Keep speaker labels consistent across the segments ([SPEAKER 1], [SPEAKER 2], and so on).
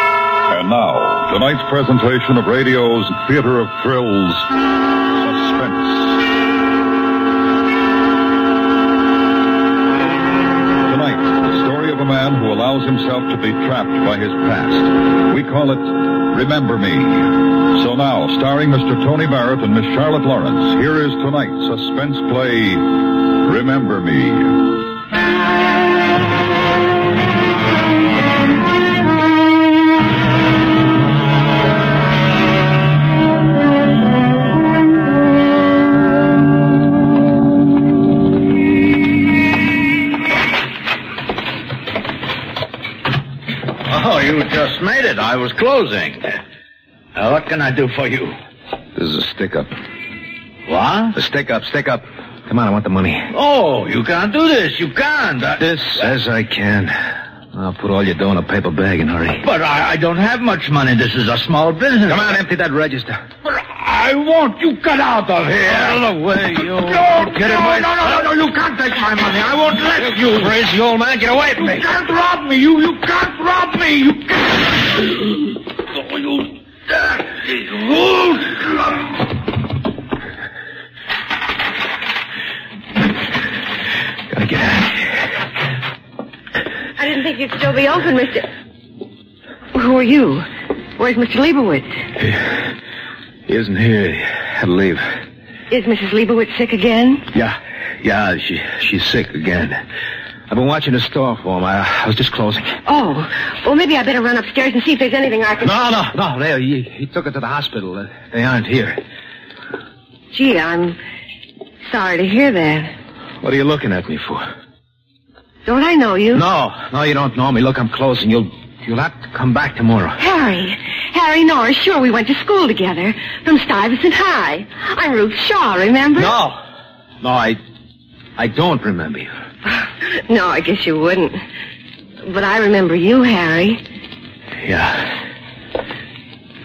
[SPEAKER 1] And now, tonight's presentation of radio's theater of thrills, Suspense. Tonight, the story of a man who allows himself to be trapped by his past. We call it Remember Me. So now, starring Mr. Tony Barrett and Miss Charlotte Lawrence, here is tonight's suspense play, Remember Me.
[SPEAKER 2] Oh, you just made it. I was closing. Now, what can I do for you?
[SPEAKER 3] This is a stick up.
[SPEAKER 2] What?
[SPEAKER 3] A stick up, stick up. Come on, I want the money.
[SPEAKER 2] Oh, you can't do this. You can't. I-
[SPEAKER 3] This says I can. I'll put all your dough in a paper bag and hurry.
[SPEAKER 2] But I, I don't have much money. This is a small business.
[SPEAKER 3] Come on, empty that register.
[SPEAKER 2] But I won't. You get out of here. Out of the way, you. No,
[SPEAKER 3] Get
[SPEAKER 2] no,
[SPEAKER 3] away.
[SPEAKER 2] no, no, no, no. You can't take my money. I won't let you.
[SPEAKER 3] Crazy old man, get away
[SPEAKER 2] You can't rob me. You, you can't rob me. You can't. Oh, you dirty wolf.
[SPEAKER 3] Gotta get out of here.
[SPEAKER 4] I didn't think you'd still be open, Mr. Who are you? Where's Mr. Leibowitz?
[SPEAKER 3] He isn't here. He had to leave.
[SPEAKER 4] Is Mrs. Leibowitz sick again?
[SPEAKER 3] Yeah, yeah, she, she's sick again. I've been watching the store for him. I, I was just closing.
[SPEAKER 4] Oh, well, maybe I better run upstairs and see if there's anything I can.
[SPEAKER 3] No, no, no. They, he, he took her to the hospital. Uh, They aren't here.
[SPEAKER 4] Gee, I'm sorry to hear that.
[SPEAKER 3] What are you looking at me for?
[SPEAKER 4] Don't I know you?
[SPEAKER 3] No, no, you don't know me. Look, I'm closing. You'll, you'll have to come back tomorrow.
[SPEAKER 4] Harry, Harry Norris. Sure, we went to school together from Stuyvesant High. I'm Ruth Shaw. Remember?
[SPEAKER 3] No, no, I, I don't remember you.
[SPEAKER 4] No, I guess you wouldn't. But I remember you, Harry.
[SPEAKER 3] Yeah.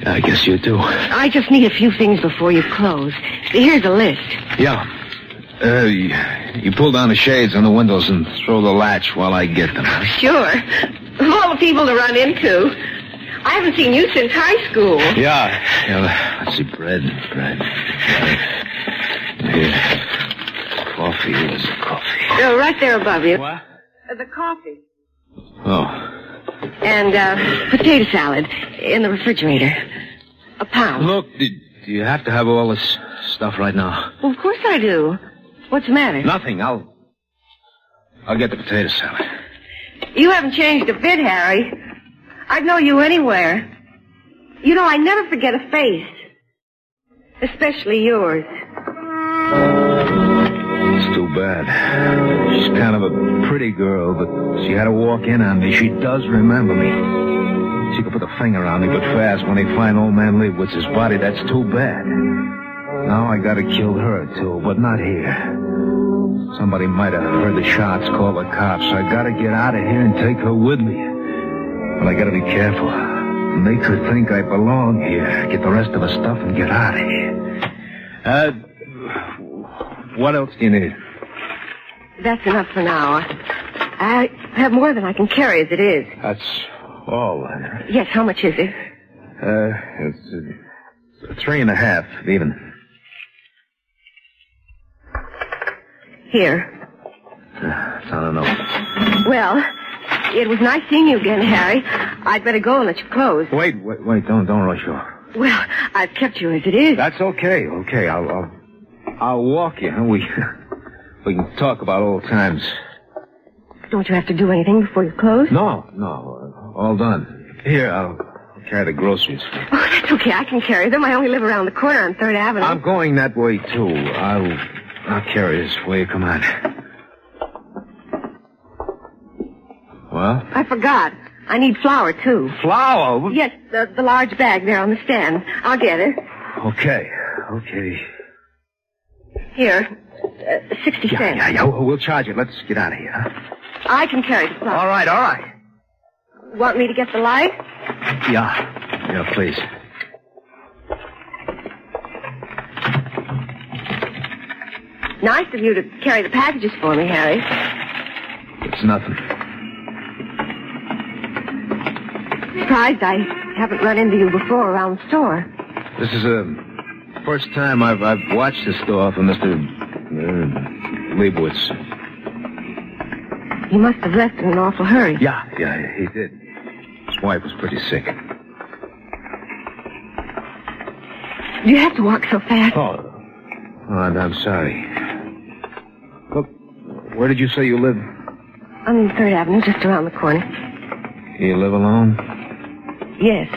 [SPEAKER 3] I guess you do.
[SPEAKER 4] I just need a few things before you close. Here's a list.
[SPEAKER 3] Yeah. Uh, you, you pull down the shades on the windows and throw the latch while I get them. huh?
[SPEAKER 4] Sure. Of all the people to run into. I haven't seen you since high school.
[SPEAKER 3] Yeah. yeah let's see, bread, bread. Here. Coffee, where's the coffee?
[SPEAKER 4] They're right there above you.
[SPEAKER 3] What?
[SPEAKER 4] Uh, The coffee.
[SPEAKER 3] Oh.
[SPEAKER 4] And uh, potato salad in the refrigerator. A pound.
[SPEAKER 3] Look, do, do you have to have all this stuff right now?
[SPEAKER 4] Well, of course I do. What's the matter?
[SPEAKER 3] Nothing. I'll. I'll get the potato salad.
[SPEAKER 4] You haven't changed a bit, Harry. I'd know you anywhere. You know, I never forget a face. Especially yours.
[SPEAKER 3] It's too bad. She's kind of a pretty girl, but she had to walk in on me. She does remember me. She could put a finger on me, but fast. When they find old man Leibovitz's body, that's too bad. Now I gotta kill her, too, but not here. Somebody might have heard the shots, call the cops. I gotta get out of here and take her with me. But I gotta be careful. Make her think I belong here. Get the rest of her stuff and get out of here. Uh, what else do you need?
[SPEAKER 4] That's enough for now. I have more than I can carry as it is.
[SPEAKER 3] That's all, Leonard.
[SPEAKER 4] Yes, how much is it?
[SPEAKER 3] Uh, it's uh, three and a half, even.
[SPEAKER 4] Here.
[SPEAKER 3] Uh, it's on a note.
[SPEAKER 4] Well, it was nice seeing you again, Harry. I'd better go and let you close.
[SPEAKER 3] Wait, wait, wait! Don't, don't rush off.
[SPEAKER 4] Well, I've kept you as it is.
[SPEAKER 3] That's okay, okay. I'll, I'll, I'll walk you. Huh? We, we can talk about old times.
[SPEAKER 4] Don't you have to do anything before you close?
[SPEAKER 3] No, no, uh, all done. Here, I'll carry the groceries.
[SPEAKER 4] Oh, that's okay. I can carry them. I only live around the corner on Third Avenue.
[SPEAKER 3] I'm going that way too. I'll, I'll carry this for you. Come on. Well,
[SPEAKER 4] I forgot. I need flour, too.
[SPEAKER 3] flour.
[SPEAKER 4] Yes, the, the large bag there on the stand. I'll get it.
[SPEAKER 3] Okay, okay.
[SPEAKER 4] Here, uh, 60
[SPEAKER 3] Yeah,
[SPEAKER 4] cents.
[SPEAKER 3] yeah, yeah. We'll we'll charge it. Let's get out of here. huh?
[SPEAKER 4] I can carry the flour.
[SPEAKER 3] All right, all right.
[SPEAKER 4] Want me to get the light?
[SPEAKER 3] Yeah. Yeah, please.
[SPEAKER 4] Nice of you to carry the packages for me, Harry.
[SPEAKER 3] It's nothing.
[SPEAKER 4] surprised I haven't run into you before around the store.
[SPEAKER 3] This is the first time I've, I've watched the store for Mr. Uh, Leibowitz.
[SPEAKER 4] He must have left in an awful hurry.
[SPEAKER 3] Yeah, yeah, he did. His wife was pretty sick.
[SPEAKER 4] Do you have to walk so fast?
[SPEAKER 3] Oh. oh I'm sorry. Look, where did you say you live?
[SPEAKER 4] I'm in Third Avenue, just around the corner.
[SPEAKER 3] You live alone?
[SPEAKER 4] Yes.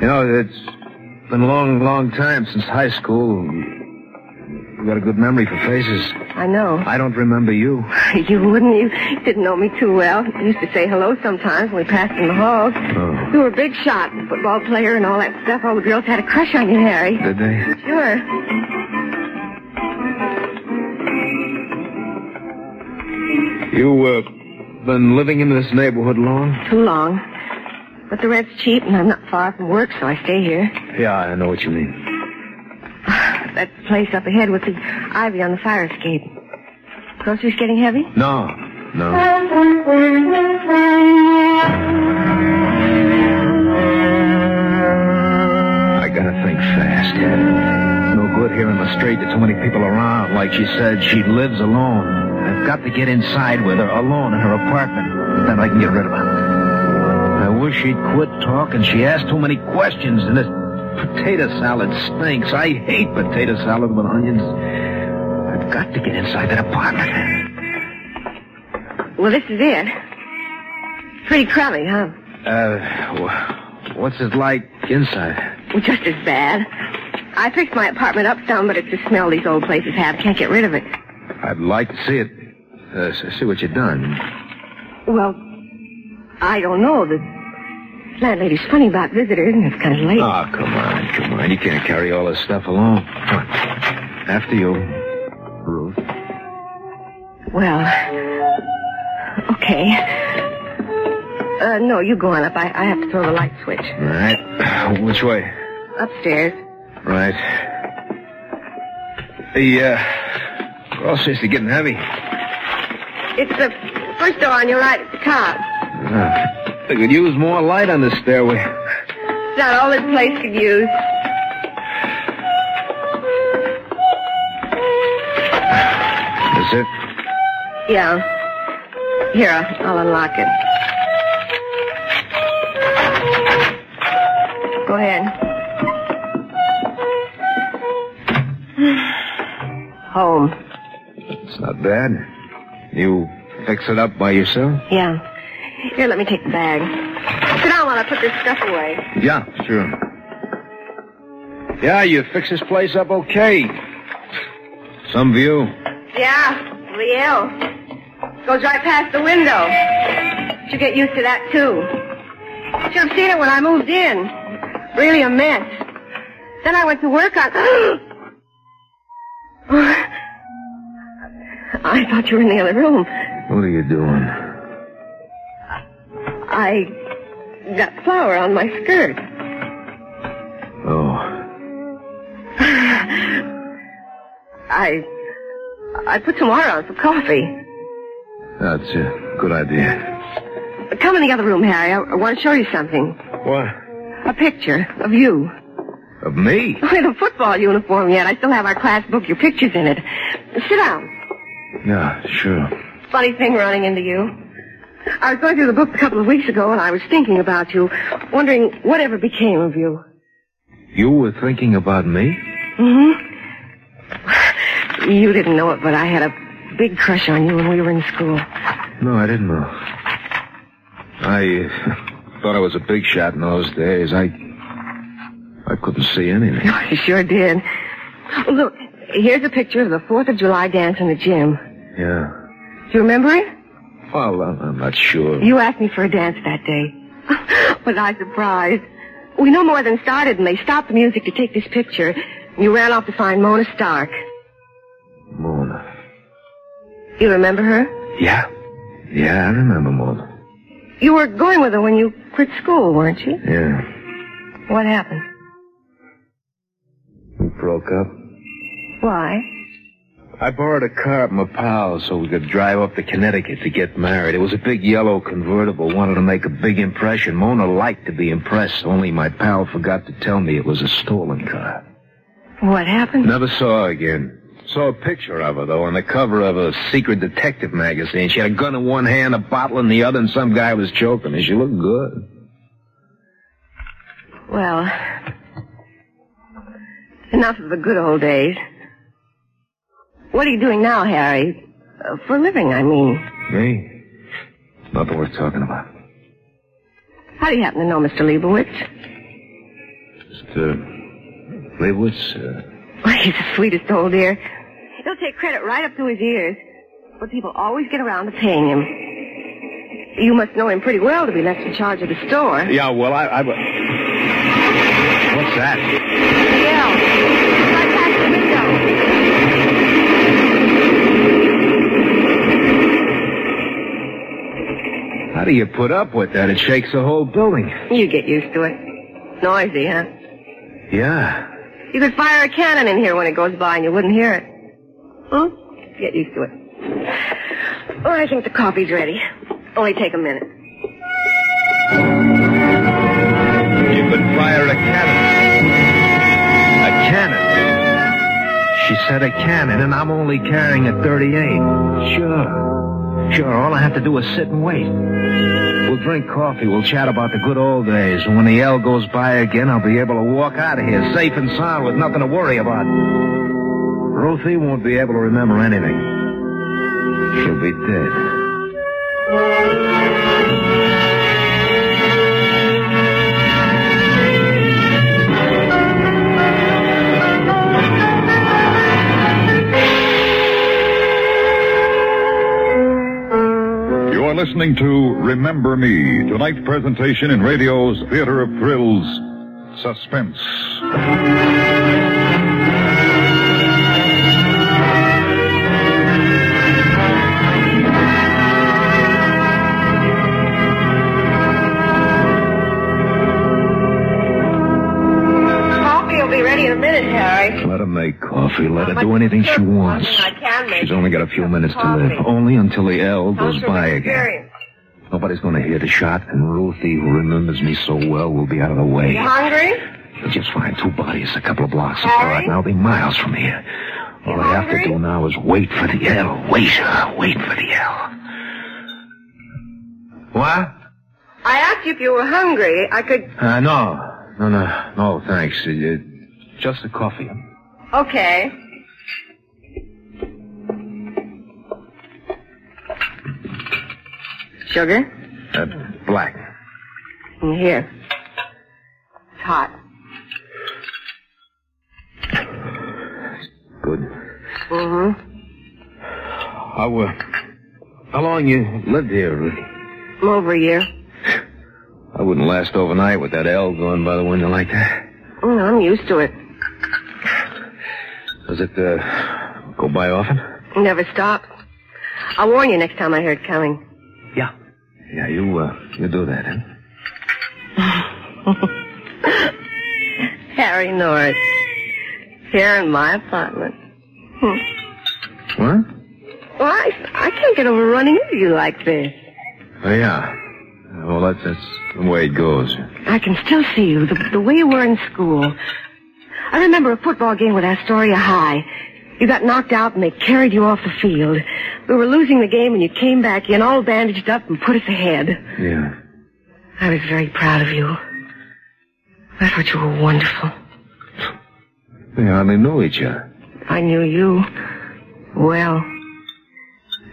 [SPEAKER 3] You know, it's been a long, long time since high school. You got a good memory for faces.
[SPEAKER 4] I know.
[SPEAKER 3] I don't remember you.
[SPEAKER 4] You wouldn't. You didn't know me too well. You used to say hello sometimes when we passed in the halls.
[SPEAKER 3] Oh.
[SPEAKER 4] You were a big shot, football player and all that stuff. All the girls had a crush on you, Harry.
[SPEAKER 3] Did they?
[SPEAKER 4] Sure.
[SPEAKER 3] You, uh, been living in this neighborhood long?
[SPEAKER 4] Too long. But the rent's cheap and I'm not far from work, so I stay here.
[SPEAKER 3] Yeah, I know what you mean.
[SPEAKER 4] That place up ahead with the ivy on the fire escape. Groceries getting heavy?
[SPEAKER 3] No, no. I gotta think fast. No good here in the street. There's too many people around. Like she said, she lives alone. I've got to get inside with her, alone in her apartment. Then I can get rid of her. I wish she'd quit talking. She asked too many questions, and this potato salad stinks. I hate potato salad with onions. I've got to get inside that apartment.
[SPEAKER 4] Well, this is it. Pretty crowded, huh?
[SPEAKER 3] Uh, wh- what's it like inside?
[SPEAKER 4] Well, just as bad. I fixed my apartment up some, but it's the smell these old places have. Can't get rid of it.
[SPEAKER 3] I'd like to see it. Uh, s- see what you've done.
[SPEAKER 4] Well, I don't know. The landlady's funny about visitors, and it's kind of late.
[SPEAKER 3] Oh, come on, come on. You can't carry all this stuff along. Come on. After you, Ruth.
[SPEAKER 4] Well, okay. Uh, no, you go on up. I, I have to throw the light switch.
[SPEAKER 3] All right. Which way?
[SPEAKER 4] Upstairs.
[SPEAKER 3] Right. The, uh, groceries are getting heavy.
[SPEAKER 4] It's the first door on your right at the top.
[SPEAKER 3] Uh, they could use more light on this stairway.
[SPEAKER 4] It's not all this place could use.
[SPEAKER 3] That's it?
[SPEAKER 4] Yeah. Here, I'll unlock it. Go ahead. Home.
[SPEAKER 3] It's not bad. You fix it up by yourself?
[SPEAKER 4] Yeah. Here, let me take the bag. Sit down while I put this stuff away.
[SPEAKER 3] Yeah, sure. Yeah, you fix this place up okay. Some view.
[SPEAKER 4] Yeah, Liel. Goes right past the window. You get used to that, too. Should have seen it when I moved in. Really a mess. Then I went to work on... I thought you were in the other room.
[SPEAKER 3] What are you doing?
[SPEAKER 4] I got flour on my skirt.
[SPEAKER 3] Oh,
[SPEAKER 4] I... I put some water on for coffee.
[SPEAKER 3] that's a good idea.
[SPEAKER 4] Come in the other room, Harry. I, I want to show you something.
[SPEAKER 3] What?
[SPEAKER 4] A picture of you.
[SPEAKER 3] Of me?
[SPEAKER 4] in a football uniform yet. I still have our class book, your picture's in it. Sit down.
[SPEAKER 3] Yeah, sure.
[SPEAKER 4] Funny thing running into you. I was going through the book a couple of weeks ago and I was thinking about you, wondering whatever became of you.
[SPEAKER 3] You were thinking about me?
[SPEAKER 4] You didn't know it, but I had a big crush on you when we were in school.
[SPEAKER 3] No, I didn't know. I uh, thought I was a big shot in those days. I I couldn't see anything.
[SPEAKER 4] You sure did. Look, here's a picture of the 4th of July dance in the gym.
[SPEAKER 3] Yeah.
[SPEAKER 4] Do you remember it?
[SPEAKER 3] Well, I'm, I'm not sure.
[SPEAKER 4] You asked me for a dance that day. was I surprised? We no more than started, and they stopped the music to take this picture. You ran off to find Mona Stark.
[SPEAKER 3] Mona.
[SPEAKER 4] You remember her?
[SPEAKER 3] Yeah. Yeah, I remember Mona.
[SPEAKER 4] You were going with her when you quit school, weren't you?
[SPEAKER 3] Yeah.
[SPEAKER 4] What happened?
[SPEAKER 3] We broke up.
[SPEAKER 4] Why?
[SPEAKER 3] I borrowed a car from a pal so we could drive up to Connecticut to get married. It was a big yellow convertible. Wanted to make a big impression. Mona liked to be impressed, only my pal forgot to tell me it was a stolen car.
[SPEAKER 4] What happened?
[SPEAKER 3] Never saw her again. Saw a picture of her, though, on the cover of a secret detective magazine. She had a gun in one hand, a bottle in the other, and some guy was choking her. She looked good.
[SPEAKER 4] Well, enough of the good old days. What are you doing now, Harry? Uh, for a living, I mean.
[SPEAKER 3] Me? Nothing worth talking about.
[SPEAKER 4] How do you happen to know Mr. Leibowitz?
[SPEAKER 3] Just, uh, Leibowitz, uh,
[SPEAKER 4] Well, he's the sweetest old dear. He'll take credit right up to his ears. But people always get around to paying him. You must know him pretty well to be left in charge of the store.
[SPEAKER 3] Yeah, well, I, I. What's that?
[SPEAKER 4] Yeah. Right past the window.
[SPEAKER 3] How do you put up with that? It shakes the whole building.
[SPEAKER 4] You get used to it. Noisy, huh?
[SPEAKER 3] Yeah.
[SPEAKER 4] You could fire a cannon in here when it goes by and you wouldn't hear it. Hmm? Get used to it. Oh, I think the coffee's ready. Only take a minute.
[SPEAKER 3] You could fire a cannon. A cannon? She said a cannon, and I'm only carrying a 38. Sure. Sure, all I have to do is sit and wait. We'll drink coffee, we'll chat about the good old days, and when the L goes by again, I'll be able to walk out of here safe and sound with nothing to worry about. Ruthie won't be able to remember anything. She'll be dead.
[SPEAKER 1] You are listening to Remember Me, tonight's presentation in radio's Theater of Thrills, Suspense.
[SPEAKER 4] Coffee will be ready in a minute, Harry.
[SPEAKER 3] Let her make coffee. Let her do anything she wants.
[SPEAKER 4] I can make
[SPEAKER 3] She's only got a few minutes to live. Only until the L goes by again.
[SPEAKER 4] Experience.
[SPEAKER 3] Nobody's going to hear the shot, and Ruthie, who remembers me so well, will be out of the way.
[SPEAKER 4] You hungry?
[SPEAKER 3] They'll just find two bodies a couple of blocks apart, and I'll be miles from here. All I have to do now is wait for the L. Wait, uh, wait for the L. What?
[SPEAKER 4] I asked you if you were hungry. I could.
[SPEAKER 3] Uh, no. No, no, no, thanks. Uh, uh, just a coffee.
[SPEAKER 4] Okay. Sugar?
[SPEAKER 3] Uh, black.
[SPEAKER 4] In here. It's hot.
[SPEAKER 3] Good.
[SPEAKER 4] Mm-hmm.
[SPEAKER 3] How, uh, how long you lived here, Ruthie?
[SPEAKER 4] Over a year.
[SPEAKER 3] I wouldn't last overnight with that L going by the window like that.
[SPEAKER 4] Mm, I'm used to it.
[SPEAKER 3] Does it, uh, go by often?
[SPEAKER 4] It never stops. I'll warn you next time I hear it coming.
[SPEAKER 3] Yeah. Yeah, you, uh, you do that, huh?
[SPEAKER 4] Harry Norris. Here in my apartment.
[SPEAKER 3] What?
[SPEAKER 4] Well, I, I can't get over running into you like this.
[SPEAKER 3] Oh, yeah. Well, that's, that's the way it goes.
[SPEAKER 4] I can still see you, the, the way you were in school. I remember a football game with Astoria High. You got knocked out and they carried you off the field. We were losing the game and you came back in all bandaged up and put us ahead.
[SPEAKER 3] Yeah.
[SPEAKER 4] I was very proud of you. I thought you were wonderful.
[SPEAKER 3] We hardly know each other.
[SPEAKER 4] I knew you well.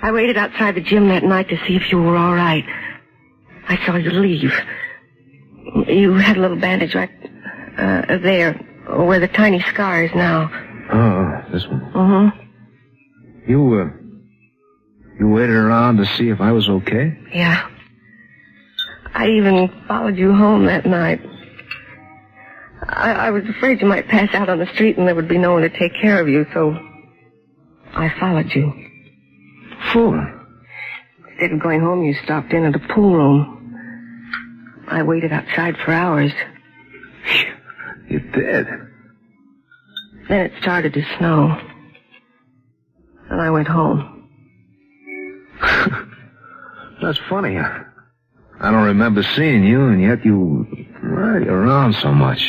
[SPEAKER 4] I waited outside the gym that night to see if you were all right. I saw you leave. You had a little bandage right uh, there, where the tiny scar is now.
[SPEAKER 3] Oh, this one.
[SPEAKER 4] Mm-hmm.
[SPEAKER 3] You, uh, you waited around to see if I was okay?
[SPEAKER 4] Yeah. I even followed you home that night. I, I was afraid you might pass out on the street and there would be no one to take care of you, so I followed you.
[SPEAKER 3] Fool.
[SPEAKER 4] Instead of going home, you stopped in at a pool room. I waited outside for hours.
[SPEAKER 3] You did.
[SPEAKER 4] Then it started to snow. And I went home.
[SPEAKER 3] That's funny. I don't remember seeing you, and yet you ride around so much.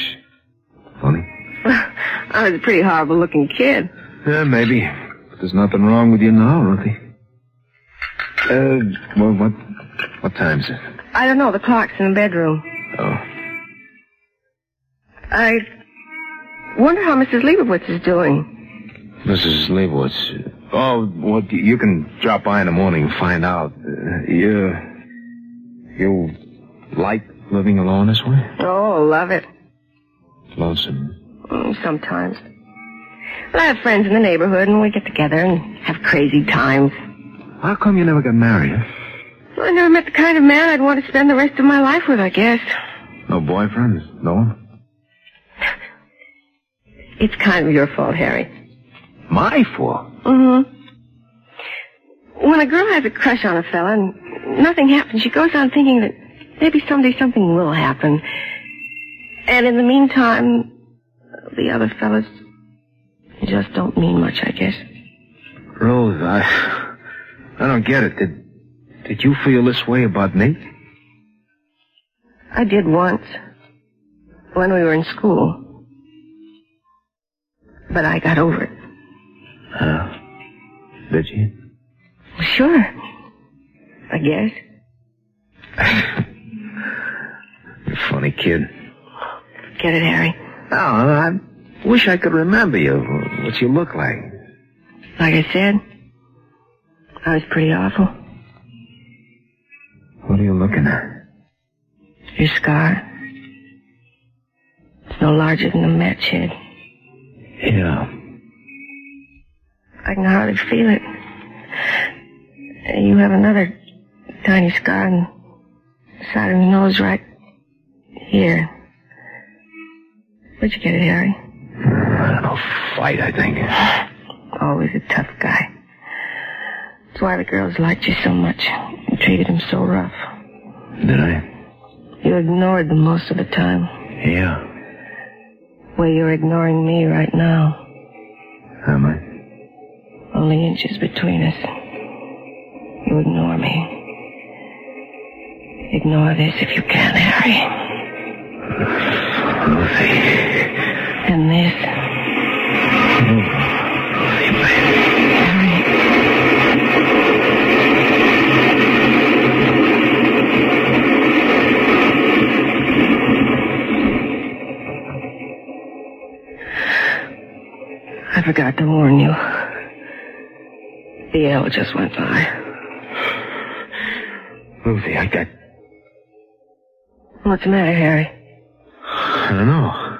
[SPEAKER 3] Funny.
[SPEAKER 4] I was a pretty horrible looking kid.
[SPEAKER 3] Yeah, maybe. But there's nothing wrong with you now, Ruthie. Uh, well, what, what time is it?
[SPEAKER 4] I don't know, the clock's in the bedroom.
[SPEAKER 3] Oh,
[SPEAKER 4] I wonder how Mrs. Leibowitz is doing.
[SPEAKER 3] Mrs. Leibowitz. Oh, well, you can drop by in the morning and find out. Uh, you, you like living alone this way?
[SPEAKER 4] Oh, love it.
[SPEAKER 3] Lonesome.
[SPEAKER 4] Mm, Sometimes. But I have friends in the neighborhood and we get together and have crazy times.
[SPEAKER 3] How come you never got married?
[SPEAKER 4] I never met the kind of man I'd want to spend the rest of my life with, I guess.
[SPEAKER 3] No boyfriend? No one?
[SPEAKER 4] It's kind of your fault, Harry.
[SPEAKER 3] My fault.
[SPEAKER 4] Mm-hmm. When a girl has a crush on a fella and nothing happens, she goes on thinking that maybe someday something will happen. And in the meantime, the other fellas just don't mean much, I guess.
[SPEAKER 3] Rose, I, I don't get it. Did, did you feel this way about Nate?
[SPEAKER 4] I did once. When we were in school. But I got over it.
[SPEAKER 3] Did you?
[SPEAKER 4] Sure. I guess.
[SPEAKER 3] You funny kid.
[SPEAKER 4] Get it, Harry.
[SPEAKER 3] Oh, I wish I could remember you. What you look like.
[SPEAKER 4] Like I said, I was pretty awful.
[SPEAKER 3] What are you looking at?
[SPEAKER 4] Your scar. It's no larger than a match head.
[SPEAKER 3] Yeah.
[SPEAKER 4] I can hardly feel it. And You have another tiny scar on the side of your nose right here. Where'd you get it, Harry?
[SPEAKER 3] I don't know. Fight, I think.
[SPEAKER 4] Always a tough guy. That's why the girls liked you so much and treated him so rough.
[SPEAKER 3] Did I?
[SPEAKER 4] You ignored them most of the time.
[SPEAKER 3] Yeah.
[SPEAKER 4] Well, you're ignoring me right now.
[SPEAKER 3] Am I?
[SPEAKER 4] Only inches between us. You ignore me. Ignore this if you can, Harry.
[SPEAKER 3] Ruthie.
[SPEAKER 4] And this.
[SPEAKER 3] Ruthie, baby.
[SPEAKER 4] I forgot to warn you. The L just went by.
[SPEAKER 3] Ruthie, I got...
[SPEAKER 4] What's the matter, Harry?
[SPEAKER 3] I don't know.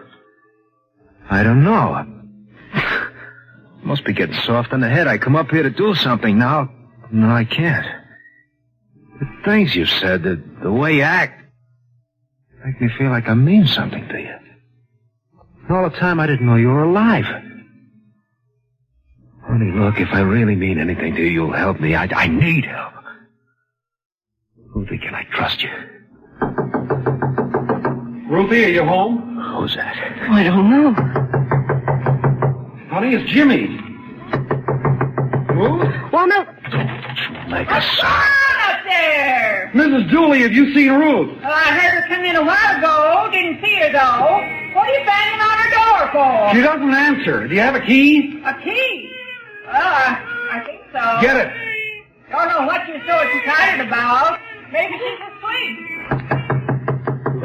[SPEAKER 3] I don't know. Must be getting soft in the head. I come up here to do something. Now, no, I can't. The things you said, the, the way you act, make me feel like I mean something to you. And all the time I didn't know you were alive. Honey, look, if I really mean anything to you, you'll help me. I, I need help. Ruthie, can I trust you?
[SPEAKER 2] Ruthie, are you home?
[SPEAKER 3] Who's that?
[SPEAKER 4] Oh, I don't know.
[SPEAKER 2] Honey, it's Jimmy. Ruth?
[SPEAKER 4] Well, no.
[SPEAKER 3] Make a sound.
[SPEAKER 5] Out there!
[SPEAKER 2] Mrs. Dooley, have you seen Ruth?
[SPEAKER 5] Well, I heard her come in a while ago. Didn't see her though. What are you banging on her door
[SPEAKER 2] She
[SPEAKER 5] for?
[SPEAKER 2] doesn't answer. Do you have a key?
[SPEAKER 5] A key. Well, I, I think so.
[SPEAKER 2] Get it.
[SPEAKER 5] Don't know what you're so excited about. Maybe she's asleep.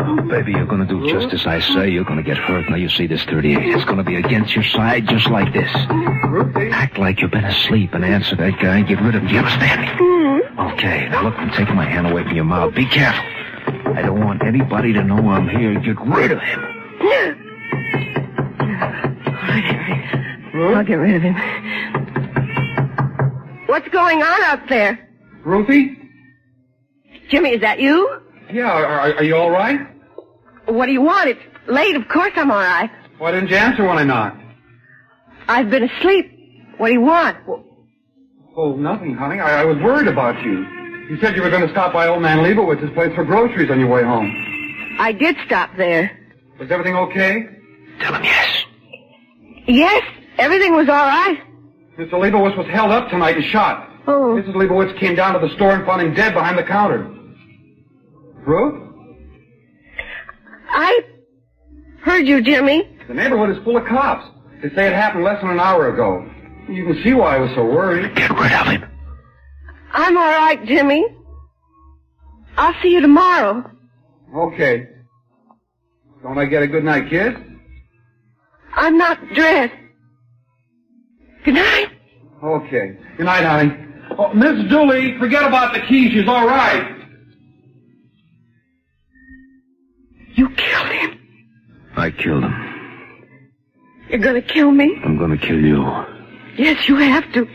[SPEAKER 3] Oh, baby, you're gonna do just as I say. You're gonna get hurt. Now you see this 38. It's gonna be against your side just like this. Act like you've been asleep and answer that guy and get rid of him. Do you understand me? Okay, now look, I'm taking my hand away from your mouth. Be careful. I don't want anybody to know I'm here. Get rid of him.
[SPEAKER 4] All right, Harry. I'll get rid of him. What's going on out there?
[SPEAKER 2] Ruthie?
[SPEAKER 4] Jimmy, is that you?
[SPEAKER 2] Yeah, are, are- are you all right?
[SPEAKER 4] What do you want? It's late. Of course I'm all right.
[SPEAKER 2] Why didn't you answer when I knocked?
[SPEAKER 4] I've been asleep. What do you want?
[SPEAKER 2] Oh, nothing, honey. I, I was worried about you. You said you were going to stop by old man Leibowitz's place for groceries on your way home.
[SPEAKER 4] I did stop there.
[SPEAKER 2] Was everything okay?
[SPEAKER 3] Tell him yes.
[SPEAKER 4] Yes, everything was all right.
[SPEAKER 6] Mr. Leibowitz was held up tonight and shot.
[SPEAKER 4] Oh.
[SPEAKER 6] Mrs. Leibowitz came down to the store and found him dead behind the counter. Ruth,
[SPEAKER 4] I heard you, Jimmy.
[SPEAKER 6] the neighborhood is full of cops. They say it happened less than an hour ago. You can see why I was so worried.
[SPEAKER 3] Get rid of him.
[SPEAKER 4] I'm all right, Jimmy. I'll see you tomorrow.
[SPEAKER 6] Okay. Don't I get a good night kiss?
[SPEAKER 4] I'm not dressed. Good night.
[SPEAKER 6] Okay. Good night, honey. Oh, Miss Dooley, forget about the key. She's all right.
[SPEAKER 4] You killed him.
[SPEAKER 3] I killed him.
[SPEAKER 4] You're gonna kill me?
[SPEAKER 3] I'm gonna kill you.
[SPEAKER 4] Yes, you have to.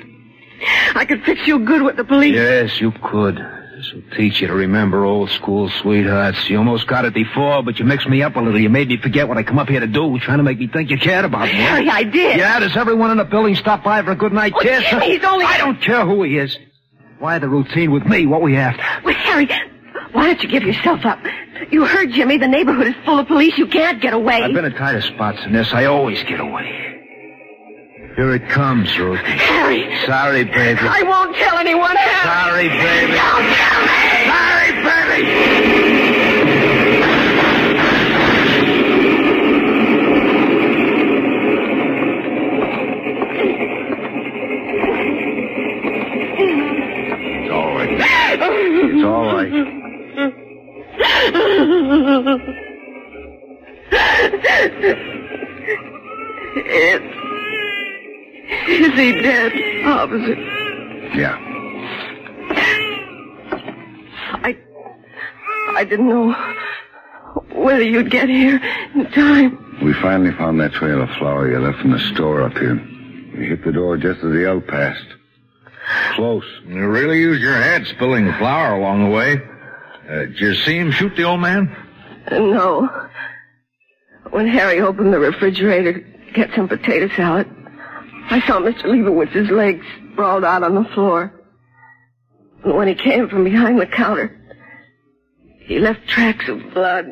[SPEAKER 4] I could fix you good with the police.
[SPEAKER 3] Yes, you could. This will teach you to remember old school sweethearts. You almost got it before, but you mixed me up a little. You made me forget what I come up here to do, trying to make me think you cared about me.
[SPEAKER 4] Harry, I did.
[SPEAKER 3] Yeah, does everyone in the building stop by for a good night
[SPEAKER 4] Oh,
[SPEAKER 3] kiss?
[SPEAKER 4] Jimmy, he's only-
[SPEAKER 3] I don't care who he is. Why the routine with me? What we after?
[SPEAKER 4] Well, Harry, why don't you give yourself up? You heard, Jimmy. The neighborhood is full of police. You can't get away.
[SPEAKER 3] I've been in tighter spots than this. I always get away. Here it comes, Ruth.
[SPEAKER 4] Harry,
[SPEAKER 3] Sorry, baby.
[SPEAKER 4] I won't tell anyone.
[SPEAKER 3] Sorry,
[SPEAKER 4] Harry.
[SPEAKER 3] baby.
[SPEAKER 4] Don't tell me.
[SPEAKER 3] Sorry, baby. It's all right. It's all right.
[SPEAKER 4] Is, is he dead, officer?
[SPEAKER 3] Yeah.
[SPEAKER 4] I, I didn't know whether you'd get here in time.
[SPEAKER 7] We finally found that trail of flour you left in the store up here. We hit the door just as the elk passed. Close.
[SPEAKER 3] You really used your head spilling flour along the way. Uh, did you see him shoot the old man?
[SPEAKER 4] No. When Harry opened the refrigerator to get some potato salad, I saw Mr. Leibowitz's legs sprawled out on the floor. And when he came from behind the counter, he left tracks of blood.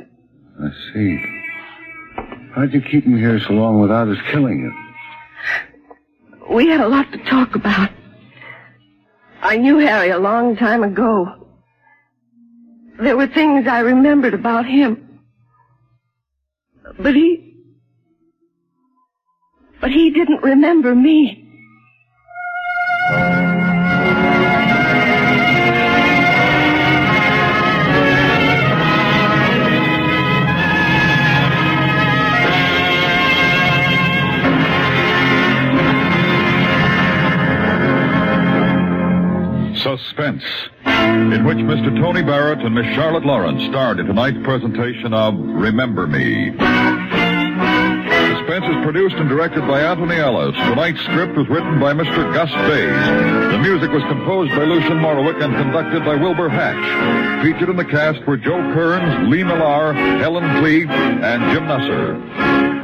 [SPEAKER 7] I see. How'd you keep him here so long without us killing you?
[SPEAKER 4] We had a lot to talk about. I knew Harry a long time ago. There were things I remembered about him. But he. But he didn't remember me.
[SPEAKER 1] Suspense, in which Mr. Tony Barrett and Miss Charlotte Lawrence starred in tonight's presentation of Remember Me. Suspense is produced and directed by Anthony Ellis. Tonight's script was written by Mr. Gus Bays. The music was composed by Lucian Morowick and conducted by Wilbur Hatch. Featured in the cast were Joe Kearns, Lee Millar, Helen Cleve, and Jim Nusser.